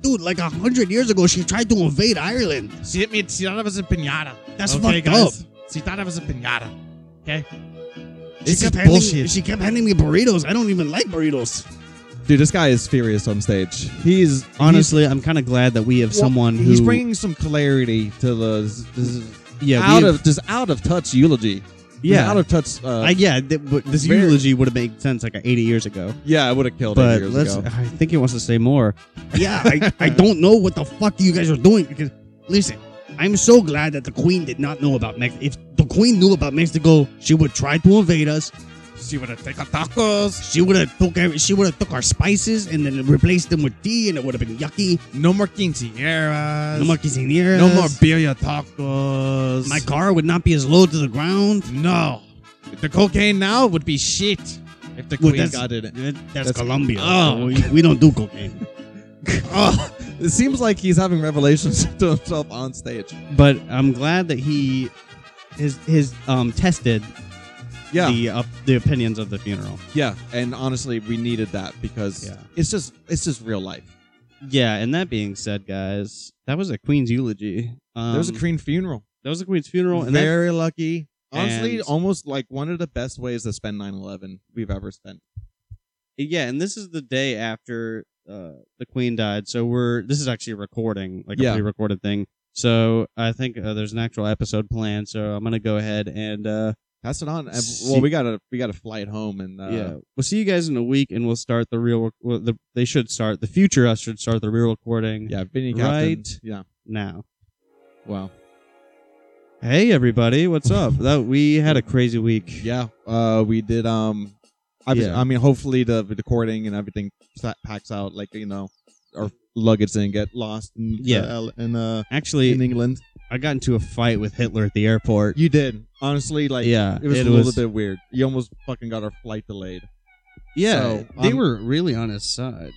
Dude, like a hundred years ago, she tried to invade Ireland.
She hit me. She thought I was a pinata.
That's fucked up.
She thought I was a pinata. Okay.
She
This is
kept handing-
bullshit.
She kept handing me burritos. I don't even like burritos.
Dude, this guy is furious on stage. He's
Honestly, I'm kind of glad that we have
he's,
someone
well,
who
he's bringing some clarity to the this
yeah
out of this out of touch eulogy. This
yeah
out of touch. Uh,
I, yeah. Th- but this
Very-
eulogy would have made sense like 80 years ago.
yeah, I would have killed
But
him years
let's.
ago.
I think he wants to say more. Yeah, I, I don't know what the fuck you guys are doing because listen, I'm so glad that the Queen did not know about Mexico. If the Queen knew about Mexico, she would try to invade us.
She would have taken tacos.
She would have took every, she would have took our spices and then replaced them with tea, and it would have been yucky.
No more quinceañeras.
No more quinceañeras.
No more birria tacos.
My car would not be as low to the ground.
No. The cocaine now would be shit if the
Well,
queen
that's-
got it. in.
That- That's,
That's-
Colombia.
Oh.
We, we don't do cocaine.
Oh, it seems like he's having revelations to himself on stage.
But I'm glad that he his his um tested
Yeah,
the up the opinions of the funeral.
yeah. And honestly, we needed that because
Yeah.
it's just it's just real life.
Yeah, and that being said, guys, that was a Queen's eulogy. Um,
there was a Queen funeral.
That was a Queen's funeral, and that,
Very lucky. Honestly,
And-
almost like one of the best ways to spend 9/11 we've ever spent.
yeah, and this is the day after uh, the Queen died. So we're this is actually a recording, like
Yeah.
a pre-recorded thing. So I think uh, there's an actual episode planned. So I'm gonna go ahead and uh,
Pass it on. Uh,
See-
Well, we got a we got a flight home, and uh,
yeah, we'll see you guys in a week, and we'll start the real. Well, the, they should start the future us should start the real recording
yeah, Vinny Captain.
Right.
Yeah,
now.
wow.
Hey everybody, what's up? That we had a crazy week.
Yeah, uh, we did. Um, obviously,
Yeah.
I mean, hopefully the recording and everything sa- packs out. Like you know, our luggage didn't get lost. In,
Yeah.
uh, in uh,
Actually,
in England,
I got into a fight with Hitler at the airport.
you did. Honestly, like
yeah,
it was a little bit weird. You almost fucking got our flight delayed.
Yeah,
So,
they
um,
were really on his side.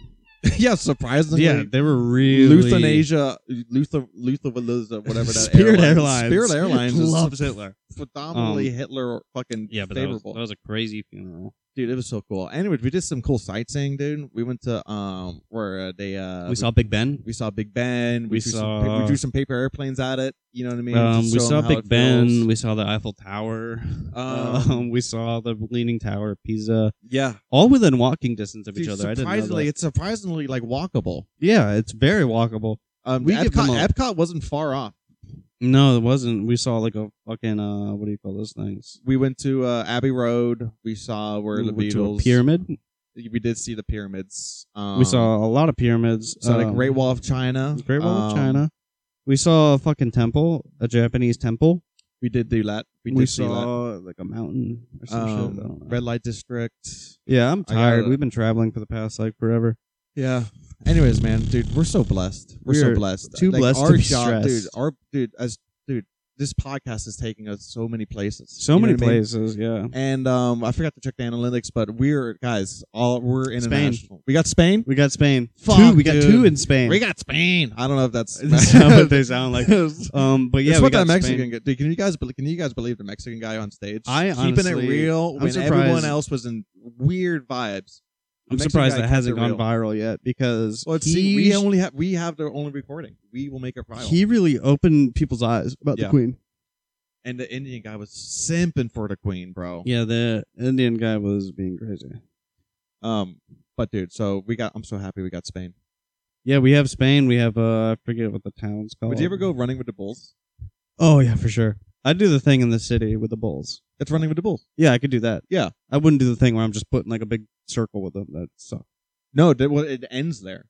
yeah, surprisingly.
yeah, they were really
Luthanasia, Luther, Luther, whatever that
Spirit
airline-
Airlines.
Spirit Airlines is
loves Hitler.
predominantly
Um,
Hitler fucking
Yeah, but that was,
favorable.
that was a crazy funeral.
Dude, it was so cool. Anyways, we did some cool sightseeing, dude. We went to um where uh, they uh
we saw Big Ben.
we saw Big Ben. We,
We
drew some,
saw-
pa- we drew some paper airplanes at it. You know what I mean?
Um,
Just
we
show
saw
'em how
Big
it
Ben.
feels.
We saw the Eiffel Tower.
Um,
Um, we saw the Leaning Tower of Pisa,
Yeah,
all within walking distance of
Dude,
each other. I didn't know
surprisingly,
that.
it's surprisingly like walkable.
Yeah, it's very walkable.
Um,
We
we
give
Epcot,
them a-
Epcot wasn't far off.
No, it wasn't. We saw like a fucking uh, what do you call those things?
We went to uh, Abbey Road. We saw where the
We went to a
Beatles.
pyramid.
We did see the pyramids. Um,
we saw a lot of pyramids.
saw the
Um,
Great Wall of China.
Great Wall of
Um,
China. We saw a fucking temple, a Japanese temple.
We did do that. We
We,
did see that.
saw like a mountain or some shit. I
Um,
don't know.
Red Light District.
yeah, I'm
I
tired.
gotta-
We've been traveling for the past like forever.
Yeah. Anyways, man, dude, we're so blessed. We're,
We
so
are
blessed.
too blessed to
our
be
job, dude.
stressed.
Our dude, as dude, this podcast is taking us so many places.
So
You know
many
what I mean?
places. Yeah,
And um, I forgot to check the analytics, but we're guys, all we're
Spain.
international. We got Spain.
we got Spain.
Fuck,
two. We got
dude.
two in Spain.
We got Spain. I don't know if that's
That's not what they sound like.
It's
Um, but yeah, we
what
got
that Mexican
Spain.
guy. Dude, can you guys bel- can you guys believe the Mexican guy on stage?
I
keeping
honestly-
it real
I'm
when
surprised-
everyone else was in weird vibes. The
I'm
Mexican
surprised
guy
that
kept
hasn't
it
gone
real.
viral yet because
Well, it's,
he
see, we only have we have the only recording. We will make it viral.
he really opened people's eyes about
Yeah.
the Queen.
and the Indian guy was simping for the queen, bro.
Yeah, the Indian guy was being crazy.
Um, but dude, so we got. I'm so happy we got Spain.
Yeah, we have Spain. We have uh, I forget what the town's called.
Would you ever go running with the bulls?
Oh yeah, for sure. I'd do the thing in the city with the bulls.
It's running with the bulls.
Yeah, I could do that.
Yeah.
I wouldn't do the thing where I'm just putting like a big circle with them. That sucks.
No, that, well, it ends there.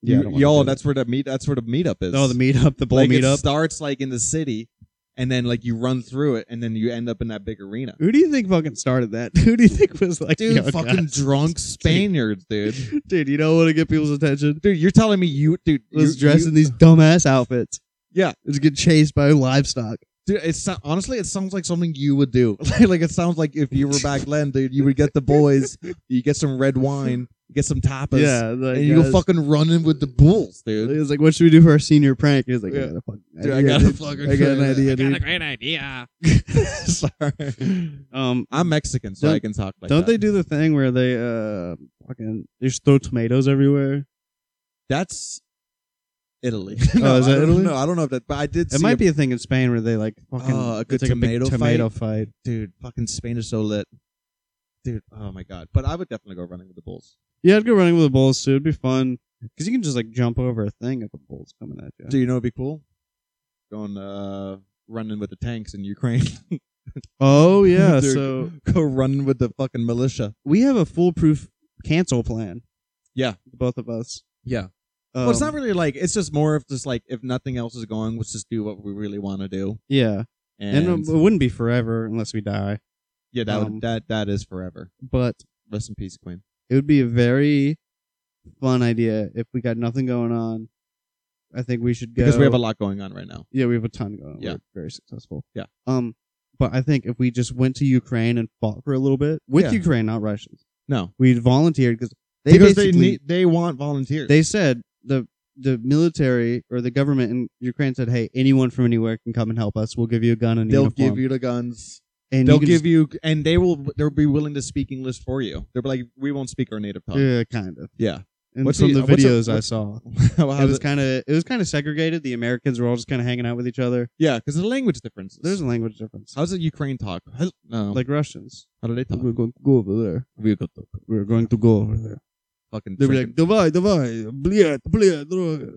Yeah, I
You-
don't wanna
y'all.
do
That's where the meet. That's where the meetup is.
that. oh the meetup, the bull
like, It
meetup.
starts like in the city, and then like you run through it, and then you end up in that big arena.
Who do you think fucking started that? Who do you think was like,
Dude,
"Yo,
fucking
guys."
drunk Spaniards, dude.
dude? You don't want to get people's attention.
Dude, you're telling me you, dude,
Let's
you,
dress
you-
in these dumbass outfits.
Yeah.
let's get chased by livestock.
Dude, it so- honestly, it sounds like something you would do. Like- like it sounds like if you were back then, dude, you would get the boys, you get some red wine, you get some tapas,
yeah, like,
and you go
guys-
fucking running with the bulls,
He
dude.
was like, "What should we do for our senior prank?" He was like,
Yeah.
"I got a fucking idea.
Dude, I got a
dude.
fucking.
I got an idea, dude."
great idea.
Sorry,
Um,
I'm Mexican, so
Don't-
I can talk like
don't
that.
they do the thing where they uh fucking they just throw tomatoes everywhere?
That's Italy.
Oh, is that
I don't
Italy?
know. I don't know if that, but I did.
It
see
might
a-
be a thing in Spain where they like fucking
Oh, a
it's
good
like big
tomato
tomato fight.
dude. Fucking Spain is so lit, dude. Oh my god, but I would definitely go running with the bulls,
Yeah, I'd go running with the bulls too. It'd be fun because you can just like jump over a thing if a bull's coming at you.
Do You know, it'd be cool going uh running with the tanks in Ukraine.
Oh yeah,
Dude,
so
go running with the fucking militia.
we have a foolproof cancel plan.
Yeah.
both of us.
Yeah.
Um,
well, it's not really like it's just more of just like if nothing else is going, let's just do what we really want to do.
Yeah,
And,
and, it wouldn't be forever unless we die.
yeah, that
um,
would, that that is forever.
But
Rest in peace, Queen.
it would be a very fun idea if we got nothing going on. I think we should go
Because we have a lot going on right now.
yeah we have a ton going. on.
Yeah.
We're very successful.
Yeah.
Um, but I think if we just went to Ukraine and fought for a little bit with
Yeah.
Ukraine, not Russians,
No,
we volunteered because they
because they
basically-
need they want volunteers.
they said the the military or the government in Ukraine said, "Hey, anyone from anywhere can come and help us. We'll give you a gun and a
they'll
uniform."
give you the guns.
and
they'll
you can
give you, and they will. They'll be willing to speak English for you. They'll be like, we won't speak our native
just-
tongue.
yeah, kind of.
Yeah.
And
What's
from
the- uh,
the,
what's a-
videos I
what's-
saw,
Well,
it
how's
was
it-
kind of it was kind of segregated. The Americans were all just kind of hanging out with each other.
yeah, because the language differences.
There's a language difference,
How's the Ukraine talk? Hel- No.
like Russians.
how do they talk?
We're going to go over there.
We got the
We're going to go over there.
fucking.
They'll be like, "Давай, давай, блядь, блядь, droga."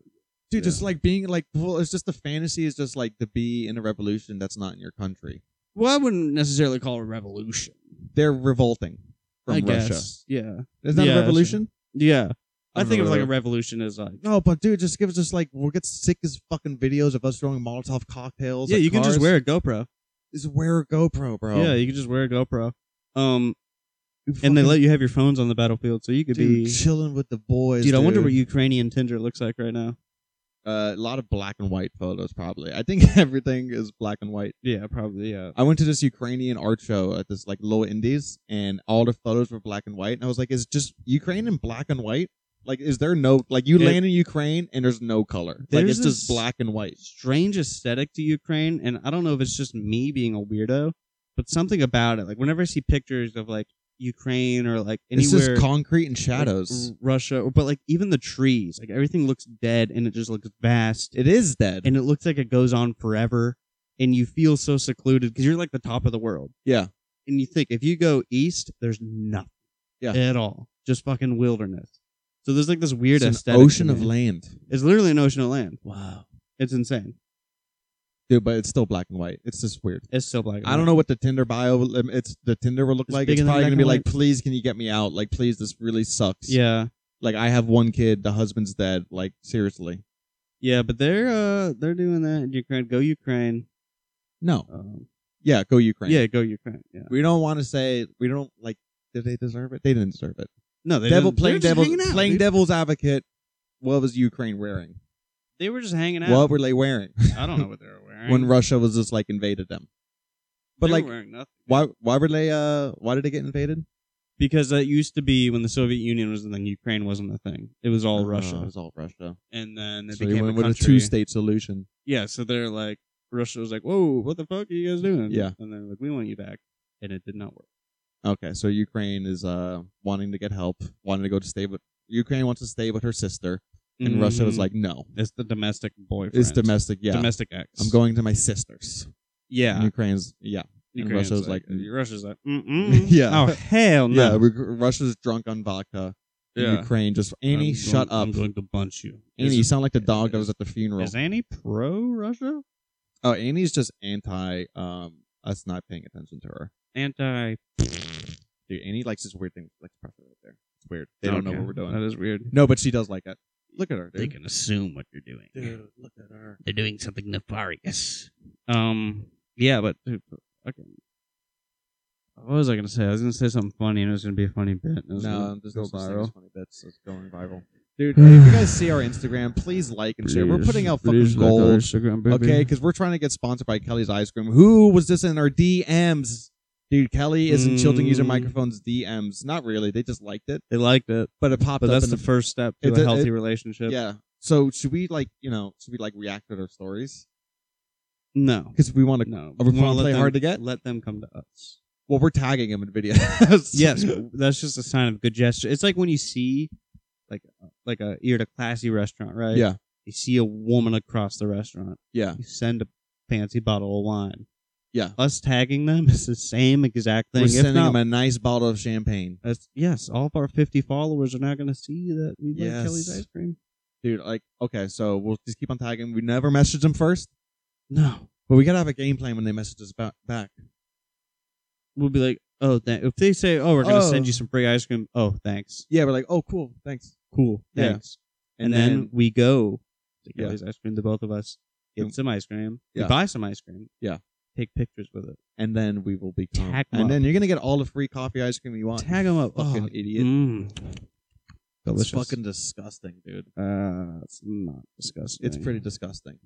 dude, just like being like, well, it's just the fantasy is just like to be in a revolution that's not in your country.
Well, I wouldn't necessarily call it a revolution.
They're revolting from
I
Russia.
guess. Yeah.
Is that
Yeah,
a revolution?
Yeah. I,
I don't
think
know
of like a
whether-
revolution as like
No, but dude, just give us just like we'll get sick as fucking videos of us throwing Molotov cocktails.
Yeah,
at
you can just
cars.
wear a GoPro.
just wear a GoPro, bro.
Yeah, you can just wear a GoPro. Um,
You
and they
fucking-
let you have your phones on the battlefield, so you could be.
dude, chilling with the boys.
Dude, I wonder what Ukrainian Tinder looks like right now.
Uh, a lot of black and white photos, probably. I think everything is black and white.
Yeah, probably. Yeah.
I went to this Ukrainian art show at this like Little Indies, and all the photos were black and white. And I was like, "Is just Ukraine in black and white?" Like, is there no like you
It-
land in Ukraine and there's no color? Like
There's
it's just
this-
black and white.
strange aesthetic to Ukraine, and I don't know if it's just me being a weirdo, but something about it. Like whenever I see pictures of like Ukraine or like
It's
anywhere,
just concrete and
like,
shadows.
R- Russia, or, but like even the trees, like everything looks dead, and it just looks vast,
It is dead.
and it looks like it goes on forever, and you feel so secluded because you're like the top of the world,
yeah,
and you think if you go east, there's nothing,
Yeah.
at all, just fucking wilderness. So there's like this weird
it's an
aesthetic to
ocean of
me.
land.
It's literally an ocean of land.
Wow,
It's insane.
dude, but it's still black and white. It's just weird.
It's so black. and
I don't
white.
know what the Tinder bio. will- um, It's the Tinder will look
It's
like.
bigger
It's
than
probably
black
gonna be
and
like, please, can you get me out? Like, please, this really sucks.
Yeah.
Like, I have one kid. The husband's dead. Like, seriously.
Yeah, but they're uh they're doing that in Ukraine. Go Ukraine.
No.
Um,
Yeah, go Ukraine.
yeah, go Ukraine. Yeah.
We don't want to say we don't like. Did they deserve it? They didn't deserve it.
No, they
Devil
didn't-
playing
they were just
devil
hanging out,
playing
dude.
devil's advocate. What was Ukraine wearing?
They were just hanging out.
What were they wearing
I don't know what they were wearing.
when Russia was just like invaded them? But
They were
like,
wearing nothing.
why why were they? Uh, why did they get invaded?
because that used to be when the Soviet Union was a thing. Ukraine wasn't a thing. It was all
Uh, It
Russia,
was all Russia.
and then it
So they
became
went
a
with a
country.
two state solution.
Yeah, so they're like Russia was like, "Whoa, what the fuck are you guys doing?"
Yeah.
and they're like, "We want you back," and it did not work.
Okay, so Ukraine is uh wanting to get help, wanting to go to stay with Ukraine wants to stay with her sister, and Russia was
Mhm.
like, no,
"It's the domestic boyfriend.
it's domestic. Yeah,
domestic ex."
I'm going to my sister's.
Yeah,
And Ukraine's yeah, And
Ukraine's
Russia's like, mm.
Russia's like, mm
Yeah.
Oh hell
yeah.
no.
we- Russia's drunk on vodka. and Ukraine just Annie,
I'm
shut
going-
up.
I'm going to bunch you.
Annie, you
is,
sound like the dog that
is-
was at the funeral.
is Annie pro Russia?
oh, Annie's just anti um us not paying attention to her.
Anti.
Dude, Annie likes this weird thing, like pressure right there. It's weird. They don't know
Okay,
what we're doing.
That is weird.
no, but she does like it. Look at her, dude.
They can assume what you're doing.
Mm-hmm. Dude, look at her.
They're doing something nefarious. Um. Yeah, but dude, okay. What was I gonna say? I was gonna say something funny, and it was gonna be a funny bit. and it was
No,
gonna
there's
go
no such thing as
viral.
funny bits. It's going viral. Dude, if you guys see our Instagram, please like and share. We're putting out fucking
Please like our
gold.
Instagram, baby.
Okay, because we're trying to get sponsored by Kelly's Ice Cream. Who was this in our DMs? Dude, Kelly is in Chilton User
Mm.
Microphone's DMs. Not really. They just liked it,
they liked it,
but it popped
but
up.
that's
in
the first step
It
to a
did-
healthy
it-
relationship.
yeah. So should we like you know should we like react to their stories
No.
because we want to?
No.
Are we
wanna
playing
let
play
them-
hard to get?
Let them come to us.
Well, we're tagging them in videos.
yes, that's just a sign of good gesture. It's like when you see, like, like a you're at a classy restaurant, right?
yeah.
You see a woman across the restaurant.
Yeah.
You send a fancy bottle of wine.
Yeah.
Us tagging them is the same exact thing.
We're
If
sending
not,
them a nice bottle of champagne.
that's- yes, all of our fifty followers are now going to see that we like
Yes.
Kelly's ice cream.
Dude, like, okay, so we'll just keep on tagging. We never message them first,
No,
but we gotta have a game plan when they message us ba- back.
we'll be like, oh, thank. If they say, oh, we're going to
Oh.
send you some free ice cream. Oh, thanks.
Yeah, we're like, oh, cool, thanks.
Cool.
Yeah.
Thanks. and, then, we go to
Yeah.
Kelly's ice cream. The both of us
Mm.
get some ice cream.
Yeah.
We buy some ice cream.
Yeah.
Take pictures with it.
and then we will be
Tag 'em
And
up.
then you're gonna get all the free coffee ice cream you want.
Tag them up.
you fucking
oh,
idiot.
mm.
it's
Delicious.
fucking disgusting, dude.
Uh, it's not disgusting.
It's pretty disgusting.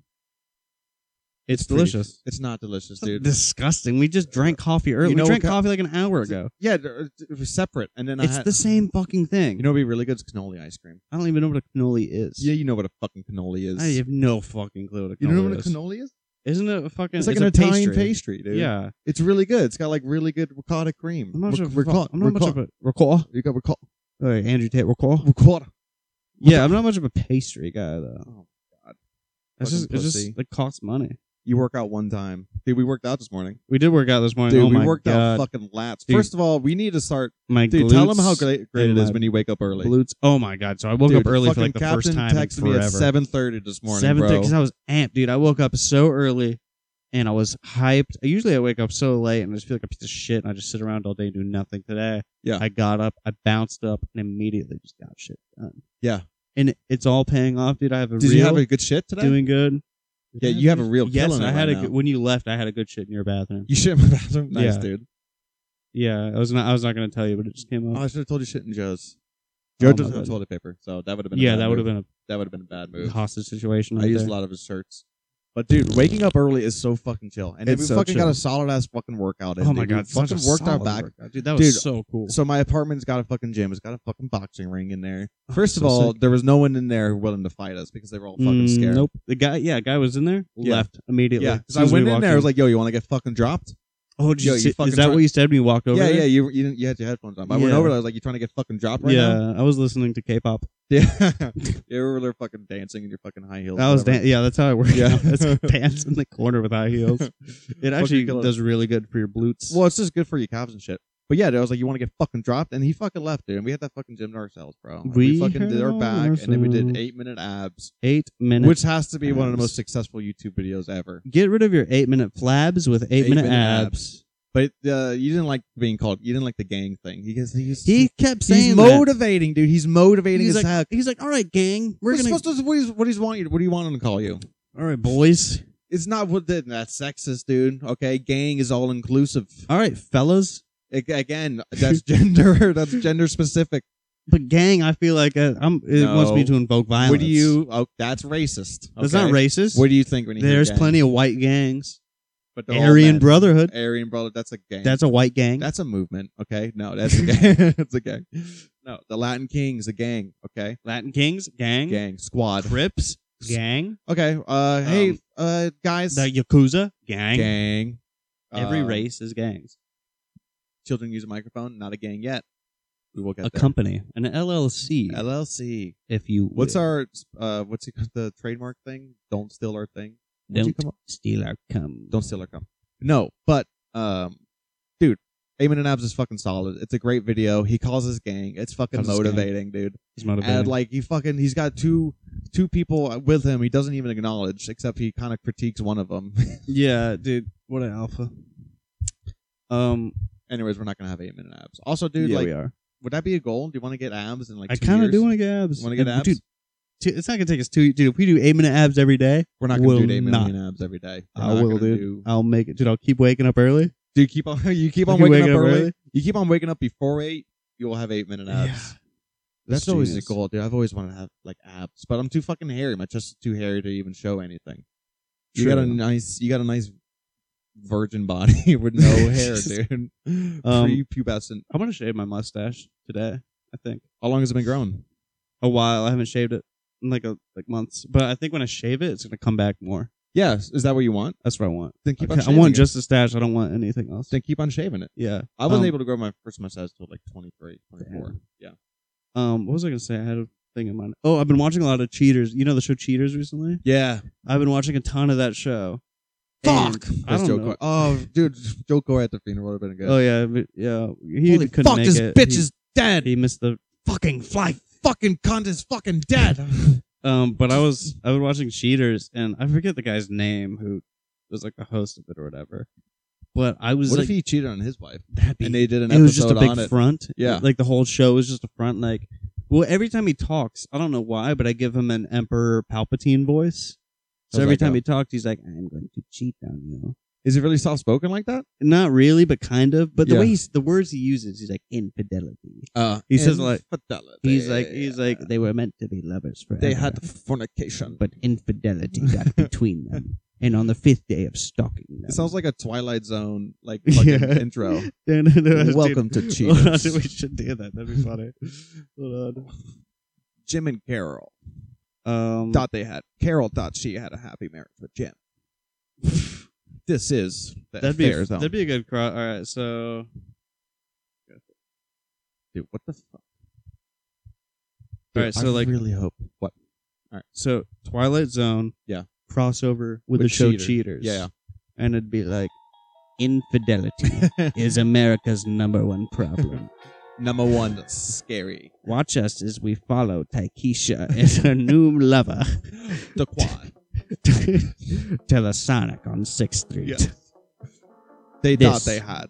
It's,
pretty-
delicious.
it's not delicious,
It's not
dude.
disgusting. We just drank coffee earlier.
You know
we drank
what co-
coffee like an hour ago.
yeah, uh, they're, they're separate. And then I
It's
had,
the same fucking thing.
You know, what'd be really good is cannoli ice cream.
I don't even know what a cannoli is.
Yeah, you know what a fucking cannoli is.
I have no fucking clue what a cannoli
you know what a
is.
cannoli is?
Isn't it a fucking?
It's like an
a
Italian
pastry.
pastry. dude.
Yeah,
it's really good. It's got like really good ricotta cream.
I'm not
Ric-
sure. if-
ricotta-
I'm not much
ricotta-
of a recall.
You got ricotta.
Andrew Tate recall.
Ricotta.
Yeah, I'm not much of a pastry guy though.
Oh, God.
That's
Fucking
just, it's
pussy.
just it costs money.
You work out one time. Dude, we worked out this morning.
We did work out this morning.
Dude,
oh
we
my
worked
god,
out fucking lats.
Dude.
First of all, we need to start.
my
Dude,
glutes,
tell them how great, great it
and
is
my
when you wake up early.
glutes. Oh my god, so I woke
Dude,
up early for
fucking
like the first
Captain
time in
texted me at
forever.
7.30 this morning,
Seven
bro.
because I was amped, dude. I woke up so early, and I was hyped. Usually I wake up so late and I just feel like a piece of shit, and I just sit around all day and do nothing. Today,
Yeah.
I got up, I bounced up, and immediately just got shit done.
Yeah.
and it's all paying off, dude. I have a
Did
real
you have a good shit today?
doing good.
yeah, you have a real
Yes,
killing
I
it
had
right
a
now.
good, when you left. I had a good shit in your bathroom.
You shit in my bathroom? Nice,
Yeah.
dude.
Yeah, I was not. I was not going to tell you, but it just came
Oh,
up.
I should have told you shit in Joe's.
Oh,
Joe
my
doesn't have
bad.
toilet paper, so that would have been a
yeah,
bad
that would have
move.
been
That would have been a bad
a
move.
hostage situation.
I
right
used
there.
a lot of his shirts. But dude, waking up early is so fucking chill, and then
It's
we
so
fucking got
chill.
a solid ass fucking workout. In,
Oh my
dude. We
god, such a
fucking worked our
solid
back.
workout. dude. That was
Dude,
so cool.
So my apartment's got a fucking gym. It's got a fucking boxing ring in there.
Oh,
First of
so
all,
sick.
there was no one in there willing to fight us because they were all fucking
Mm,
scared.
Nope. The guy, yeah, guy was in there.
Yeah.
Left immediately.
Yeah,
As
because
soon
I
as we
went in
walked
there. I was like, "Yo, you want to get fucking dropped?"
"Oh, did you
yo, you
see-
fucking
is that
try-
what you said when you walked over?"
yeah,
there?
yeah. You you didn't you had your headphones on. But I went
Yeah.
over. there, I was like, "You trying to get fucking dropped right now?"
yeah, I was listening to K-pop.
Yeah, you were over there fucking dancing in your fucking high heels.
That was
Oh, whatever.
dan- yeah, that's how I work.
Yeah.
Yeah, that's dance in the corner with high heels. It actually
killer.
does really good for your glutes.
Well, it's just good for your calves and shit. But yeah, dude, I was like, you want to get fucking dropped, and he fucking left, dude. And we had that fucking gym to ourselves, bro. Like,
We
fucking did our
had
back, and then we did
ourselves.
eight minute abs,
eight minutes.
which has to be one of the
abs.
most successful YouTube videos ever.
Get rid of your eight minute flabs with eight, minute, abs.
But uh, you didn't like being called. You didn't like the gang thing. He gets, he's,
He kept saying
he's
that.
motivating, dude. He's motivating
He's like,
as heck.
he's like, all right, gang, we're, gonna,
supposed to. What do you, what do you want? You, what do you want him to call you?
all right, boys,
It's not what the, that's sexist, dude. Okay, gang is all inclusive.
all right, fellas.
Ag- Again, that's gender. that's gender specific.
But gang, I feel like uh, I'm. It wants
No.
me to invoke violence.
What do you? Oh, that's racist.
That's
okay?
not racist.
What do you think when you hear
There's
gang?
plenty of white gangs.
But they're all
Aryan
men.
Brotherhood.
Aryan brother. That's a gang.
That's a white gang.
that's a movement. Okay, no, that's a gang. that's a gang. No, the Latin Kings, a gang. Okay,
Latin Kings gang.
gang squad.
Crips gang.
Okay. Uh, hey,
Um,
uh, guys.
The Yakuza gang.
gang.
Every
Uh,
race is gangs.
Children use a microphone. Not a gang yet. We will get
A
there.
company, an LLC,
LLC.
if you.
What's
will.
our uh? What's it, the trademark thing? Don't steal our thing. What'd you
Don't
come up-
steal our cum.
Don't steal our cum. No, but um, dude, Amen and Abs is fucking solid. It's a great video. He calls his gang. It's fucking
Calls his gang.
motivating, dude.
It's motivating.
And like he fucking, he's got two two people with him. He doesn't even acknowledge, except he kind of critiques one of them.
yeah, dude. What an alpha. Um.
Anyways, we're not gonna have Amen and Abs. Also, dude,
yeah,
like,
we are.
would that be a goal? Do you want to get abs in like?
I
two
kind of
years?
do want to get abs.
Wanna get
And,
abs?
Dude, t- it's not gonna take us two. Dude, if we do eight minute abs every day,
We're not gonna
Will
do eight
not.
million abs every day. We're
I
not
will,
gonna
dude.
Do...
I'll make it. Dude, I'll keep waking up early.
Dude, keep on. You keep on
Keep
waking,
waking
up,
up
early.
early?
You keep on waking up before eight. You will have eight minute abs. That's always the
genius.
goal, dude. I've always wanted to have like abs, but I'm too fucking hairy. My chest is too hairy to even show anything. You got a
True.
nice, you got a nice virgin body with no hair, dude. Um, Prepubescent.
I'm gonna shave my mustache today. I think
How long has it been growing?
a while. I haven't shaved it in like a like months, but I think when I shave it, it's gonna come back more.
Yeah, is that what you want?
That's what I want.
Then keep
I,
on.
I
Shaving
want
it.
just the stash. I don't want anything else.
Then keep on shaving it.
Yeah.
I wasn't
Um,
able to grow my first mustache till like 23, 24.
Damn.
Yeah.
Um. What was I gonna say? I had a thing in mind. Oh, I've been watching a lot of Cheaters. You know the show Cheaters recently?
Yeah.
I've been watching a ton of that show. And I
That's
don't
Joe
know.
Coy. Oh, dude, Joe Coy at the funeral would have been good.
Oh yeah, but, yeah. He
Holy
couldn't
fuck,
make
this
it.
bitch
He-
is dead.
He missed the
fucking fly fucking cunt is fucking dead.
Um, but I was I was watching Cheaters, and I forget the guy's name who was like the host of it or whatever. But I was
what
like,
if he cheated on his wife?
that'd be-
And they did an
it
episode
was just a big
on it.
front.
Yeah.
like the whole show was just a front. Like, well, every time he talks, I don't know why, but I give him an Emperor Palpatine voice. So
How's
every
that
time
go?
he talks, he's like, "I'm going to cheat on you."
Is he really soft spoken like that?
Not really, but kind of. But the
Yeah.
way he's the words he uses, he's like infidelity.
Uh,
He says, like-
infidelity.
He's like, he's like, they were meant to be lovers forever.
uh, they had fornication.
but infidelity got between them. And on the fifth day of stalking them,
it sounds like a Twilight Zone like fucking
Yeah.
intro.
No, no, no, that's-
Welcome
dude.
to
Hold on,
Cheaters.
we should do that. That'd be funny. Hold
Jim and Carol
on. Um,
thought they had. Carol thought she had a happy marriage with Jim. this is the
that'd be
affair zone.
that'd be a good cross. All right, so
Dude, what the fuck?
all
Dude,
right, so
I
like
really hope what
so Twilight Zone,
Yeah.
crossover with,
With
the show
Cheater.
Cheaters,
Yeah.
and it'd be like infidelity is America's number one problem.
number one scary
Watch us as we follow Taikisha and her new lover.
the quad.
to the Sonic on Sixth Street.
Yeah. They thought
This.
they had.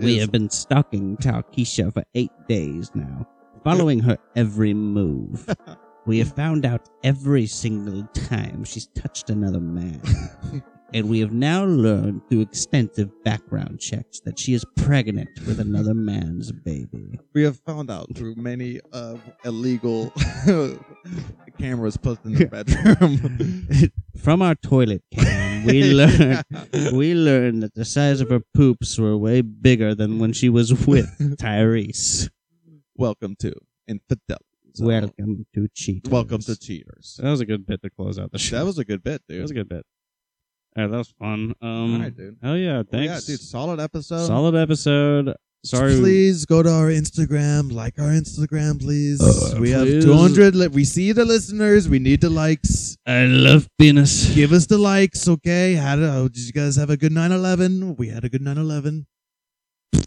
We
Is-
have been stalking Talkeisha for eight days now, following her every move. We have found out every single time she's touched another man. And we have now learned through extensive background checks that she is pregnant with another man's baby.
We have found out through many uh, illegal the camera was placed in the bedroom.
From our toilet can, we learned we learned that the size of her poops were way bigger than when she was with Tyrese.
Welcome to infidelity. So,
Welcome to cheat.
welcome to cheaters.
That was a good bit to close out the show.
That was a good bit,
That
dude.
was a good bit. All right, that was fun.
All
Um,
right, dude.
hell yeah,
Well,
thanks.
yeah, dude. Solid episode.
Solid episode. Sorry,
Please go to our Instagram. Like our Instagram, please.
Uh,
we have
please.
200. Li- we see the listeners. We need the likes.
I love penis.
Give us the oh, likes, okay? How do, did you guys have a good 9 11? We had a good 9 11.